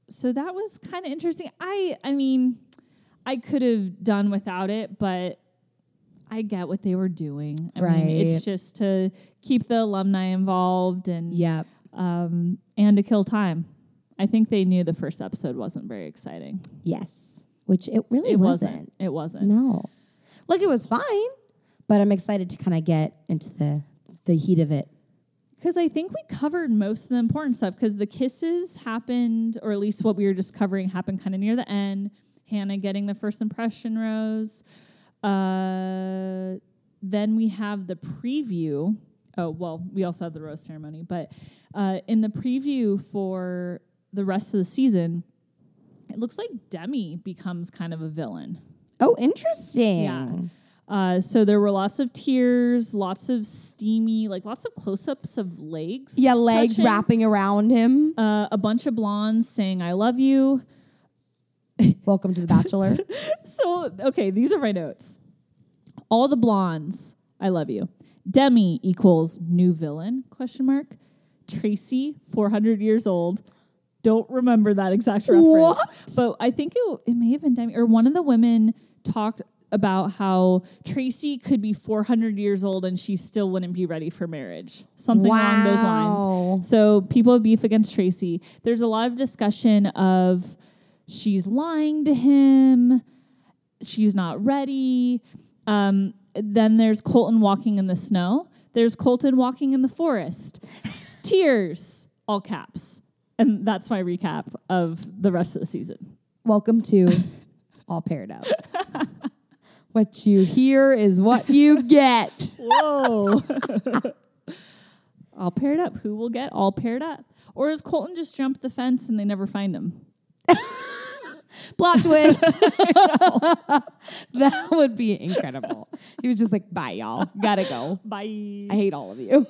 so that was kind of interesting. I, I mean, I could have done without it, but I get what they were doing. I mean,
Right.
it's just to keep the alumni involved and
Yep.
um, and to kill time. I think they knew the first episode wasn't very exciting.
Yes. Which it really
It, wasn't.
wasn't.
It wasn't.
No. Like it was fine, but I'm excited to kind of get into the the heat of it.
Because I think we covered most of the important stuff. Because the kisses happened, or at least what we were just covering happened kind of near the end. Hannah getting the first impression rose. Uh, then we have the preview. Oh well, we also have the rose ceremony, but uh, in the preview for the rest of the season, it looks like Demi becomes kind of a villain.
Oh, interesting.
Uh, so there were lots of tears, lots of steamy, like lots of close-ups of legs.
Yeah, legs
touching.
wrapping around him.
Uh, a bunch of blondes saying "I love you."
Welcome to the Bachelor.
So okay, these are my notes. All the blondes, "I love you." Demi equals new villain? Question mark. Tracy, four hundred years old. Don't remember that exact reference,
What?
but I think it, it may have been Demi or one of the women talked about how Tracy could be 400 years old and she still wouldn't be ready for marriage. Something along those lines.
Wow.
So people have beef against Tracy. There's a lot of discussion of she's lying to him, she's not ready. Um, then there's Colton walking in the snow. There's Colton walking in the forest. Tears, all caps. And that's my recap of the rest of the season.
Welcome to all paired up. What you hear is what you get.
Whoa. all paired up. Who will get all paired up? Or is Colton just jumped the fence and they never find him?
Plot twist. that would be incredible. He was just like, bye, y'all. Gotta go.
Bye.
I hate all of you.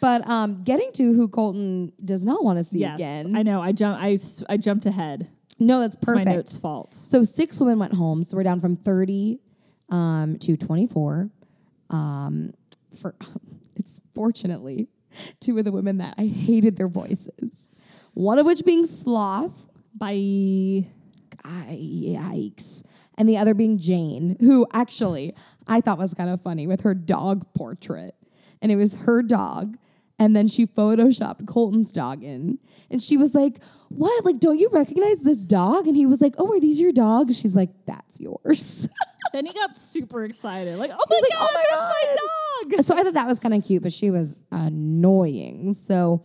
but um, getting to who Colton does not want to see
yes,
again.
I know. I jump. I, s- I jumped ahead.
no, that's
It's my
perfect.
notes' fault.
So six women went home. So we're down from 30 um, to 24. Um, for it's fortunately two of the women that I hated their voices. One of which being sloth,
Bye.
I, yikes, and the other being Jane, who actually I thought was kind of funny with her dog portrait, and it was her dog. And then she photoshopped Colton's dog in. And she was like, What? Like, don't you recognize this dog? And he was like, Oh, are these your dogs? She's like, That's yours.
then he got super excited. Like, oh my
like,
god,
"Oh my
that's my dog.
so I thought that was kind of cute, but she was annoying. So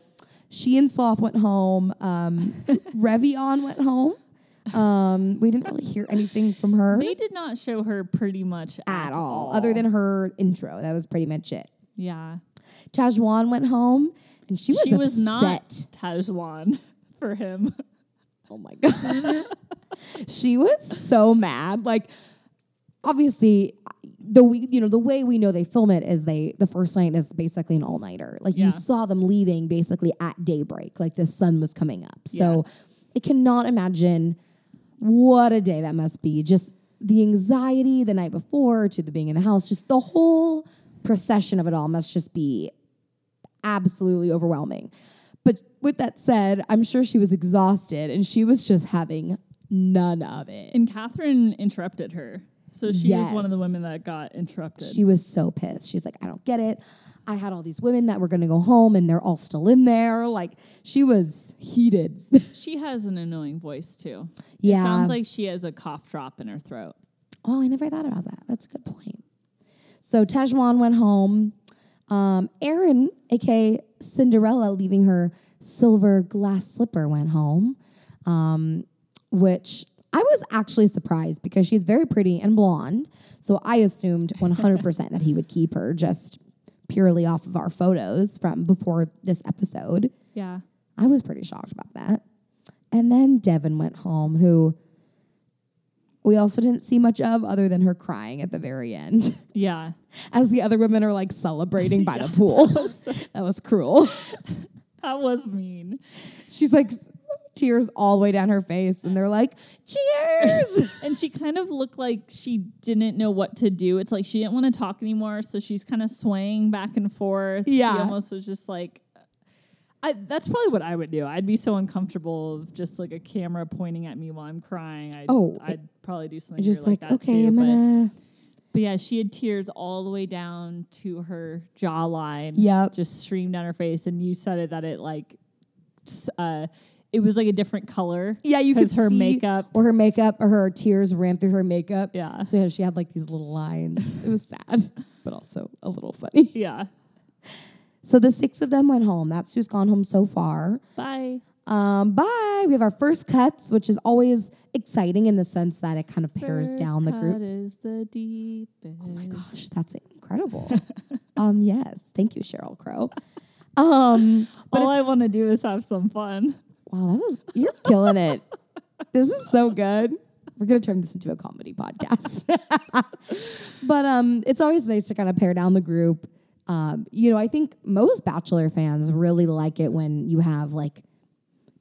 she and Sloth went home. Um, Revion went home. Um, we didn't really hear anything from her.
They did not show her pretty much at,
at all, other than her intro. That was pretty much it.
yeah.
Tajwan went home and she was
she was not
upset.
Tajwan for him.
Oh my god, she was so mad. Like, obviously, the we you know the way we know they film it is they the first night is basically an all nighter. Like
Yeah.
you saw them leaving basically at daybreak. Like the sun was coming up. So I cannot imagine what a day that must be. Just the anxiety the night before to the being in the house. Just the whole procession of it all must just be absolutely overwhelming. But with that said, I'm sure she was exhausted and she was just having none of it.
And Catherine interrupted her. So she was one of the
Yes.
women that got interrupted.
She was so pissed. She's like, I don't get it. I had all these women that were going to go home and they're all still in there. Like, she was heated.
She has an annoying voice too. It
Yeah.
sounds like she has a cough drop in her throat.
oh, I never thought about that. That's a good point. So Tajwan went home. Um, Erin, aka Cinderella, leaving her silver glass slipper, went home, um, which I was actually surprised because she's very pretty and blonde. So I assumed 100% that he would keep her just purely off of our photos from before this episode.
Yeah.
I was pretty shocked about that. And then Devin went home, who we also didn't see much of other than her crying at the very end
Yeah.
as the other women are like celebrating by the pool. that was cruel.
That was mean.
She's like tears all the way down her face and they're like, "Cheers."
And she kind of looked like she didn't know what to do. It's like she didn't want to talk anymore, so she's kind of swaying back and forth.
Yeah.
She almost was just like I, that's probably what I would do. I'd be so uncomfortable of just like a camera pointing at me while I'm crying. I'd,
Oh,
I'd probably do something
Just
weird
like,
like, that
"Okay,
too.
I'm
but-
going to
But yeah, she had tears all the way down to her jawline.
Yep.
Just streamed down her face. And you said it that it like, s- uh, it was like a different color.
Yeah, you could
Because her
see-
makeup.
or her makeup or her tears ran through her makeup.
Yeah.
So she had like these little lines. It was sad, but also a little funny.
Yeah.
So the six of them went home. That's who's gone home so far.
Bye.
Um, bye. We have our first cuts, which is always exciting in the sense that it kind of pairs
First
down the
cut
group.
is the deepest.
Oh my gosh, that's incredible. um, yes, thank you, Cheryl Crow. Um, but
All I want to do is have some fun.
wow, that was you're killing it. This is so good. We're gonna turn this into a comedy podcast. but um, it's always nice to kind of pare down the group. Um, you know, I think most Bachelor fans really like it when you have like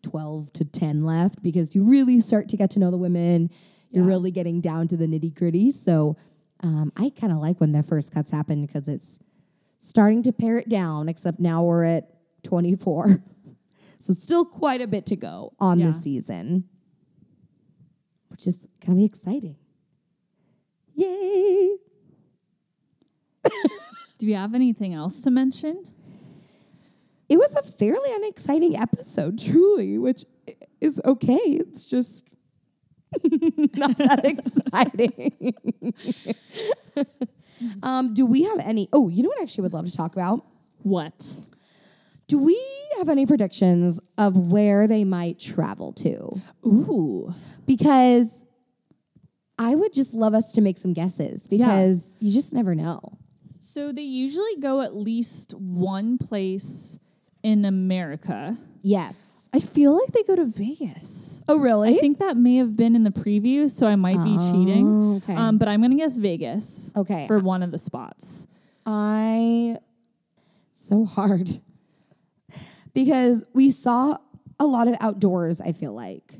12 to 10 left because you really start to get to know the women. You're
Yeah.
really getting down to the nitty gritty. So um, I kind of like when the first cuts happen because it's starting to pare it down, except now we're at 24. so still quite a bit to go on
Yeah.
this season, which is going to be exciting. Yay!
Do you have anything else to mention?
it was a fairly unexciting episode, truly, which i- is okay. It's just not that exciting. um, do we have any? Oh, you know what? I actually would love to talk about.
What?
Do we have any predictions of where they might travel to?
Ooh.
Because I would just love us to make some guesses because you just never know.
So they usually go at least one place in America.
Yes.
I feel like they go to Vegas.
Oh, really?
I think that may have been in the preview, so I might be cheating.
Oh, Okay.
Um, but I'm gonna guess Vegas
okay.
for one of the spots.
I so hard because we saw a lot of outdoors. I feel like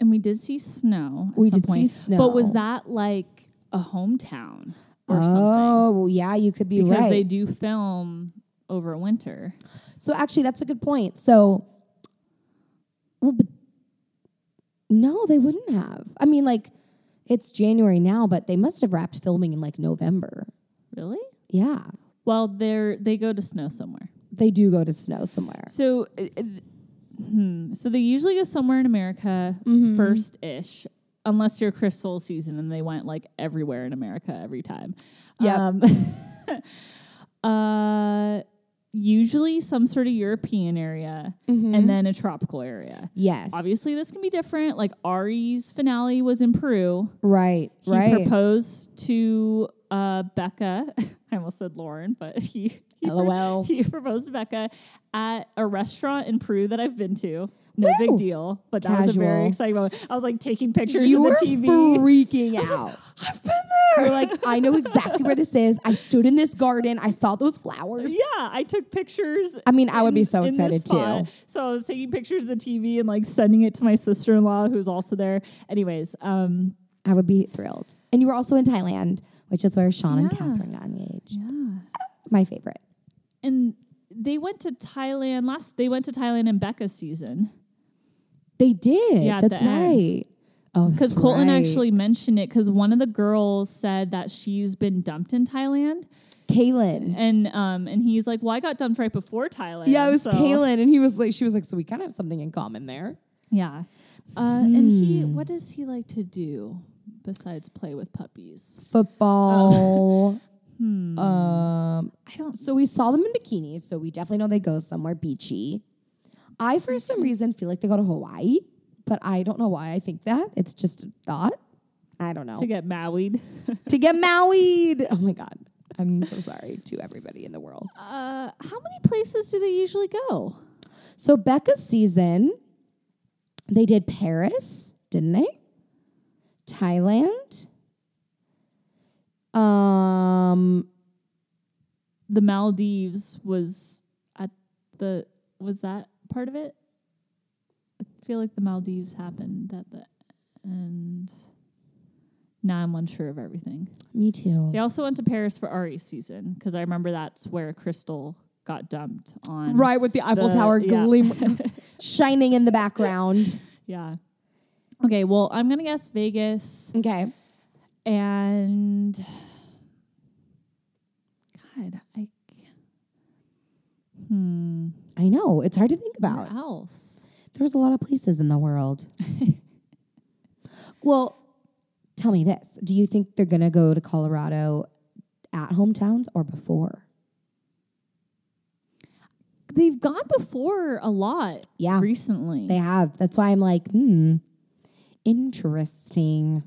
And we did see snow at
We
some
did see
point.
snow.
But was that like a hometown or something?
oh yeah, you could be
Because
right.
they do film over winter.
so actually, that's a good point. So, well, but no, they wouldn't have. I mean, like it's January now, but they must have wrapped filming in like November.
Really?
Yeah,
Well, they're they go to snow somewhere.
they do go to snow somewhere.
So, uh, uh, hmm. so they usually go somewhere in America
Mm-hmm.
first ish, unless you're Crystal season and they went like everywhere in America every time.
Yep.
Um, uh, usually some sort of European area
Mm-hmm.
and then a tropical area.
Yes,
Obviously, this can be different. Like Ari's finale was in Peru.
Right,
He
right.
proposed to uh, Becca. I almost said Lauren, but he, he pro-
LOL.
he proposed to Becca at a restaurant in Peru that I've been to. No big deal, but that was a very
Casual.
exciting moment. I was like taking pictures
you
of
were
the TV.
freaking out. I've been there. You're like, I know exactly where this is. I stood in this garden. I saw those flowers.
yeah, I took pictures.
I mean, I would be
in-
so
in this
excited too.
spot. So I was taking pictures of the TV and like sending it to my sister in law who's also there. Anyways, um,
I would be thrilled. And you were also in Thailand, which is where Sean and
Yeah.
Catherine got engaged.
yeah.
My favorite.
And they went to Thailand last. They went to Thailand in Becca's season.
They did.
Yeah, at
that's
the end.
right. Oh,
Because
that's
Colton
right.
actually mentioned it because one of the girls said that she's been dumped in Thailand,
Kaylin.
and um, and he's like, "Well, I got dumped right before Thailand."
Yeah, it was
so-
Kaylin, and he was like, she was like, so we kind of have something in common there.
Yeah, uh, and he,
Hmm.
what does he like to do besides play with puppies?
Football.
Hmm.
um,
I don't.
So we saw them in bikinis, so we definitely know they go somewhere beachy. I, for some reason, feel like they go to Hawaii, but I don't know why I think that. It's just a thought. I don't know.
To get Mauied.
to get Mauied. Oh my God. I'm so sorry to everybody in the world.
Uh, how many places do they usually go?
So Becca's season, they did Paris, didn't they? Thailand. Um,
The Maldives was at the. Was that part of it? I feel like the Maldives happened at the end. Now I'm unsure of everything.
me too.
They also went to Paris for Ari's season because I remember that's where Crystal got dumped on.
Right with the Eiffel
The-
Tower
yeah.
glim- shining in the background.
Yeah. Okay, well, I'm going to guess Vegas
Okay.
and. God, I. Hmm.
I know. It's hard to think
Where
about.
else?
There's a lot of places in the world. well, tell me this. Do you think they're going to go to Colorado at hometowns or before?
They've gone before a lot
Yeah,
recently.
they have. That's why I'm like, hmm, interesting.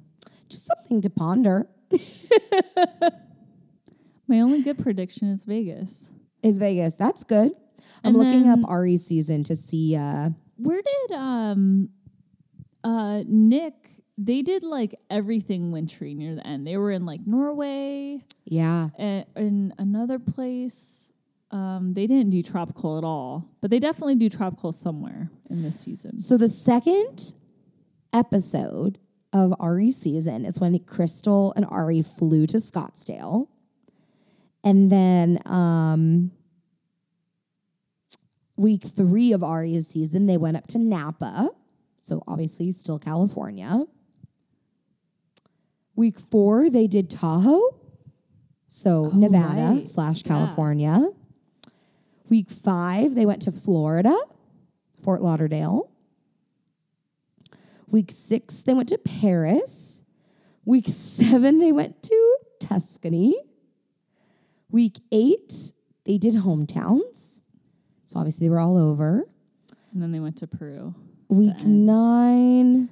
Just something to ponder.
My only good prediction is Vegas.
Is Vegas. That's good. I'm
And
looking
then-
up Ari's season to see. Uh,
Where did um uh Nick they did like everything wintry near the end. They were in like Norway
yeah.
and in another place. Um they didn't do tropical at all, but they definitely do tropical somewhere in this season.
So the second episode of Ari's season is when Crystal and Ari flew to Scottsdale. And then um week 3 of Ari's season they went up to Napa. So obviously still California. Week 4 they did Tahoe. So
Oh,
Nevada
right.
slash
Yeah.
California. Week 5 they went to Florida, Fort Lauderdale. Week six, they went to Paris. Week seven, they went to Tuscany. Week eight, they did hometowns. So obviously they were all over.
And then they went to Peru.
Week
end.
nine,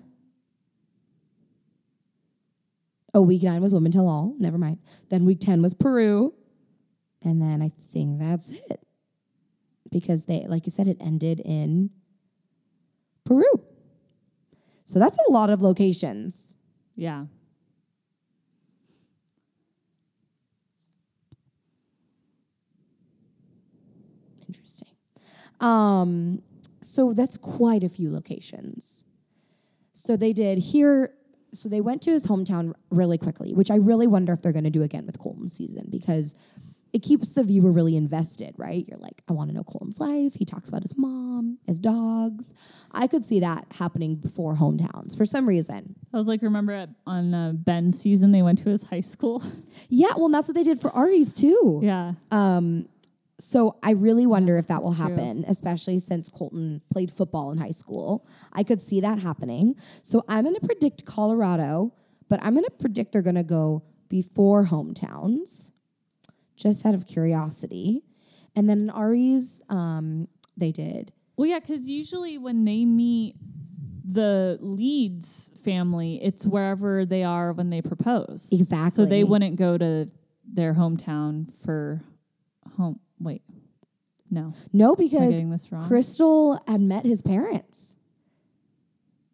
Oh, week nine was Women Tell All. Never mind. Then week 10 was Peru. And then I think that's it. Because they, like you said, it ended in Peru. So that's a lot of locations.
Yeah.
Interesting. Um, so that's quite a few locations. So they did here. So they went to his hometown really quickly, which I really wonder if they're going to do again with Colton's season because it keeps the viewer really invested, right? You're like, I want to know Colton's life. He talks about his mom, his dogs. I could see that happening before hometowns for some reason.
I was like, remember at, on uh, Ben's season, they went to his high school?
Yeah, well, and that's what they did for Ari's too.
yeah.
Um, so I really wonder if that will
that's true.
happen, especially since Colton played football in high school. I could see that happening. So I'm going to predict Colorado, but I'm going to predict they're going to go before hometowns, just out of curiosity. And then in Ari's, um, they did.
Well, yeah, because usually when they meet the leads family, it's wherever they are when they propose.
Exactly.
So they wouldn't go to their hometown for home. Wait, no,
No,
am I
because
getting this wrong?
Crystal had met his parents,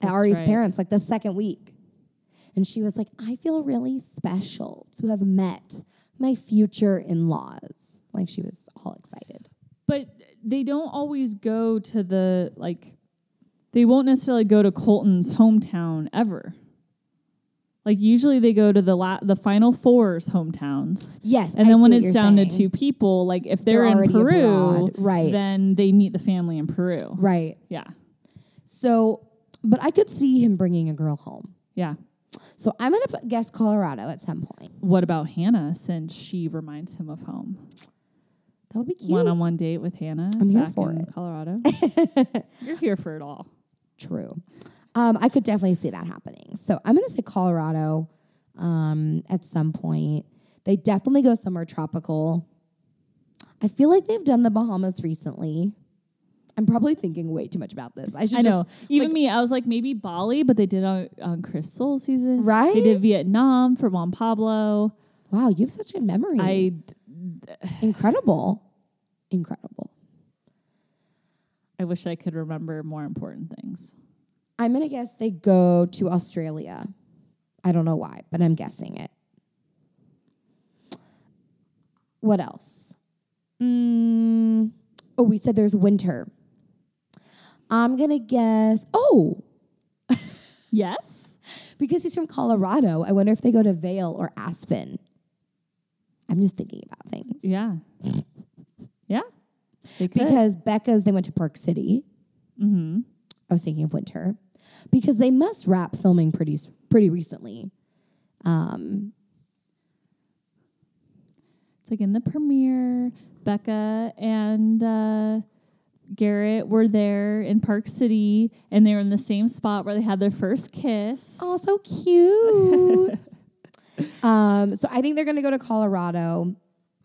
That's
Ari's
right.
parents, like the second week. And she was like, I feel really special to have met my future in laws. Like she was all excited.
but they don't always go to the like. They won't necessarily go to Colton's hometown ever. Like usually they go to the la- the final four's hometowns.
Yes.
And
I
then
see
when
what
it's
you're
down
saying.
to two people, like if they're, in
already
Peru,
abroad. right.
then they meet the family in Peru.
right.
Yeah.
So, but I could see him bringing a girl home.
Yeah.
So I'm going to guess Colorado at some point.
What about Hannah since she reminds him of home?
That would be cute.
One on one date with Hannah
I'm here
back
for
in
it.
Colorado. You're here for it all.
True. Um, I could definitely see that happening. So I'm going to say Colorado um, at some point. They definitely go somewhere tropical. I feel like they've done the Bahamas recently. I'm probably thinking way too much about this. I should
I know.
just-
Even
like-
me, I was like, maybe Bali, but they did on, on Crystal season.
Right?
They did Vietnam for Juan Pablo.
Wow, you have such good memory.
I,
Incredible. Incredible.
I wish I could remember more important things.
I'm going to guess they go to Australia. I don't know why, but I'm guessing it. What else? Mm, oh, we said there's winter. I'm going to guess, oh,
Yes?
because he's from Colorado, I wonder if they go to Vale or Aspen. I'm just thinking about things.
Yeah. Yeah. They could.
Because Becca's, they went to Park City.
mm-hmm.
I was thinking of winter because they must wrap filming pretty s- pretty recently. Um,
It's like in the premiere, Becca and uh, Garrett were there in Park City, and they were in the same spot where they had their first kiss.
Oh, so cute. um, so I think they're going to go to Colorado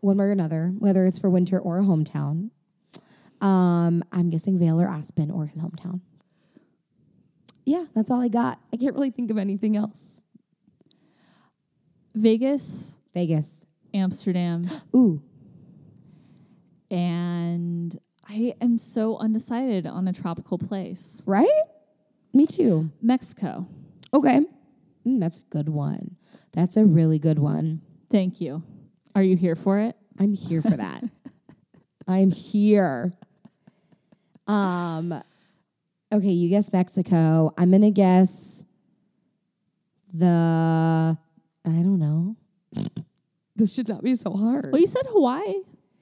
one way or another, whether it's for winter or hometown. Um, I'm guessing Vale or Aspen or his hometown. Yeah, that's all I got. I can't really think of anything else.
Vegas,
Vegas.
Amsterdam,
Ooh,
and I am so undecided on a tropical place.
right? Me too.
Mexico.
Okay. Mm, that's a good one. That's a really good one.
Thank you. Are you here for it?
I'm here for that. I'm here. Um okay, you guess Mexico. I'm gonna guess the I don't know. this should not be so hard.
Well, Oh, you said Hawaii.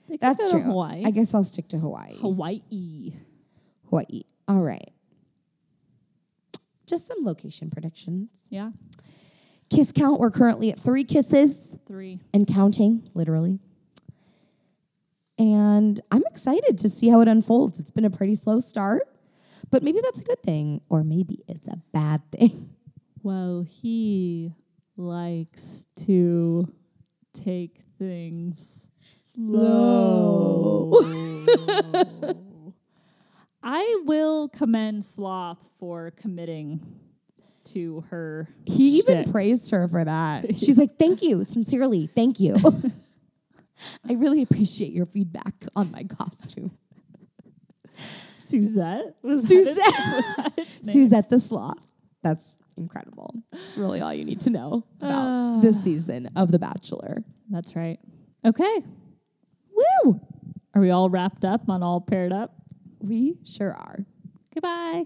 They could
That's
go
true.
To Hawaii.
I guess I'll stick to Hawaii.
Hawaii.
Hawaii. All right. Just some location predictions.
Yeah.
Kiss count, we're currently at three kisses.
Three.
and counting, literally. And I'm excited to see how it unfolds. It's been a pretty slow start, but maybe that's a good thing, or maybe it's a bad thing.
Well, he likes to take things slow. I will commend Sloth for committing to her.
He even
shtick.
praised her for that. She's like, "Thank you, sincerely, thank you. I really appreciate your feedback on my costume."
Suzette was
Suzette.
That its, was that its name?
Suzette the sloth. That's incredible. That's really all you need to know about this season of The Bachelor.
That's right. Okay,
Woo!
are we all wrapped up on all paired up?
We sure are.
Goodbye.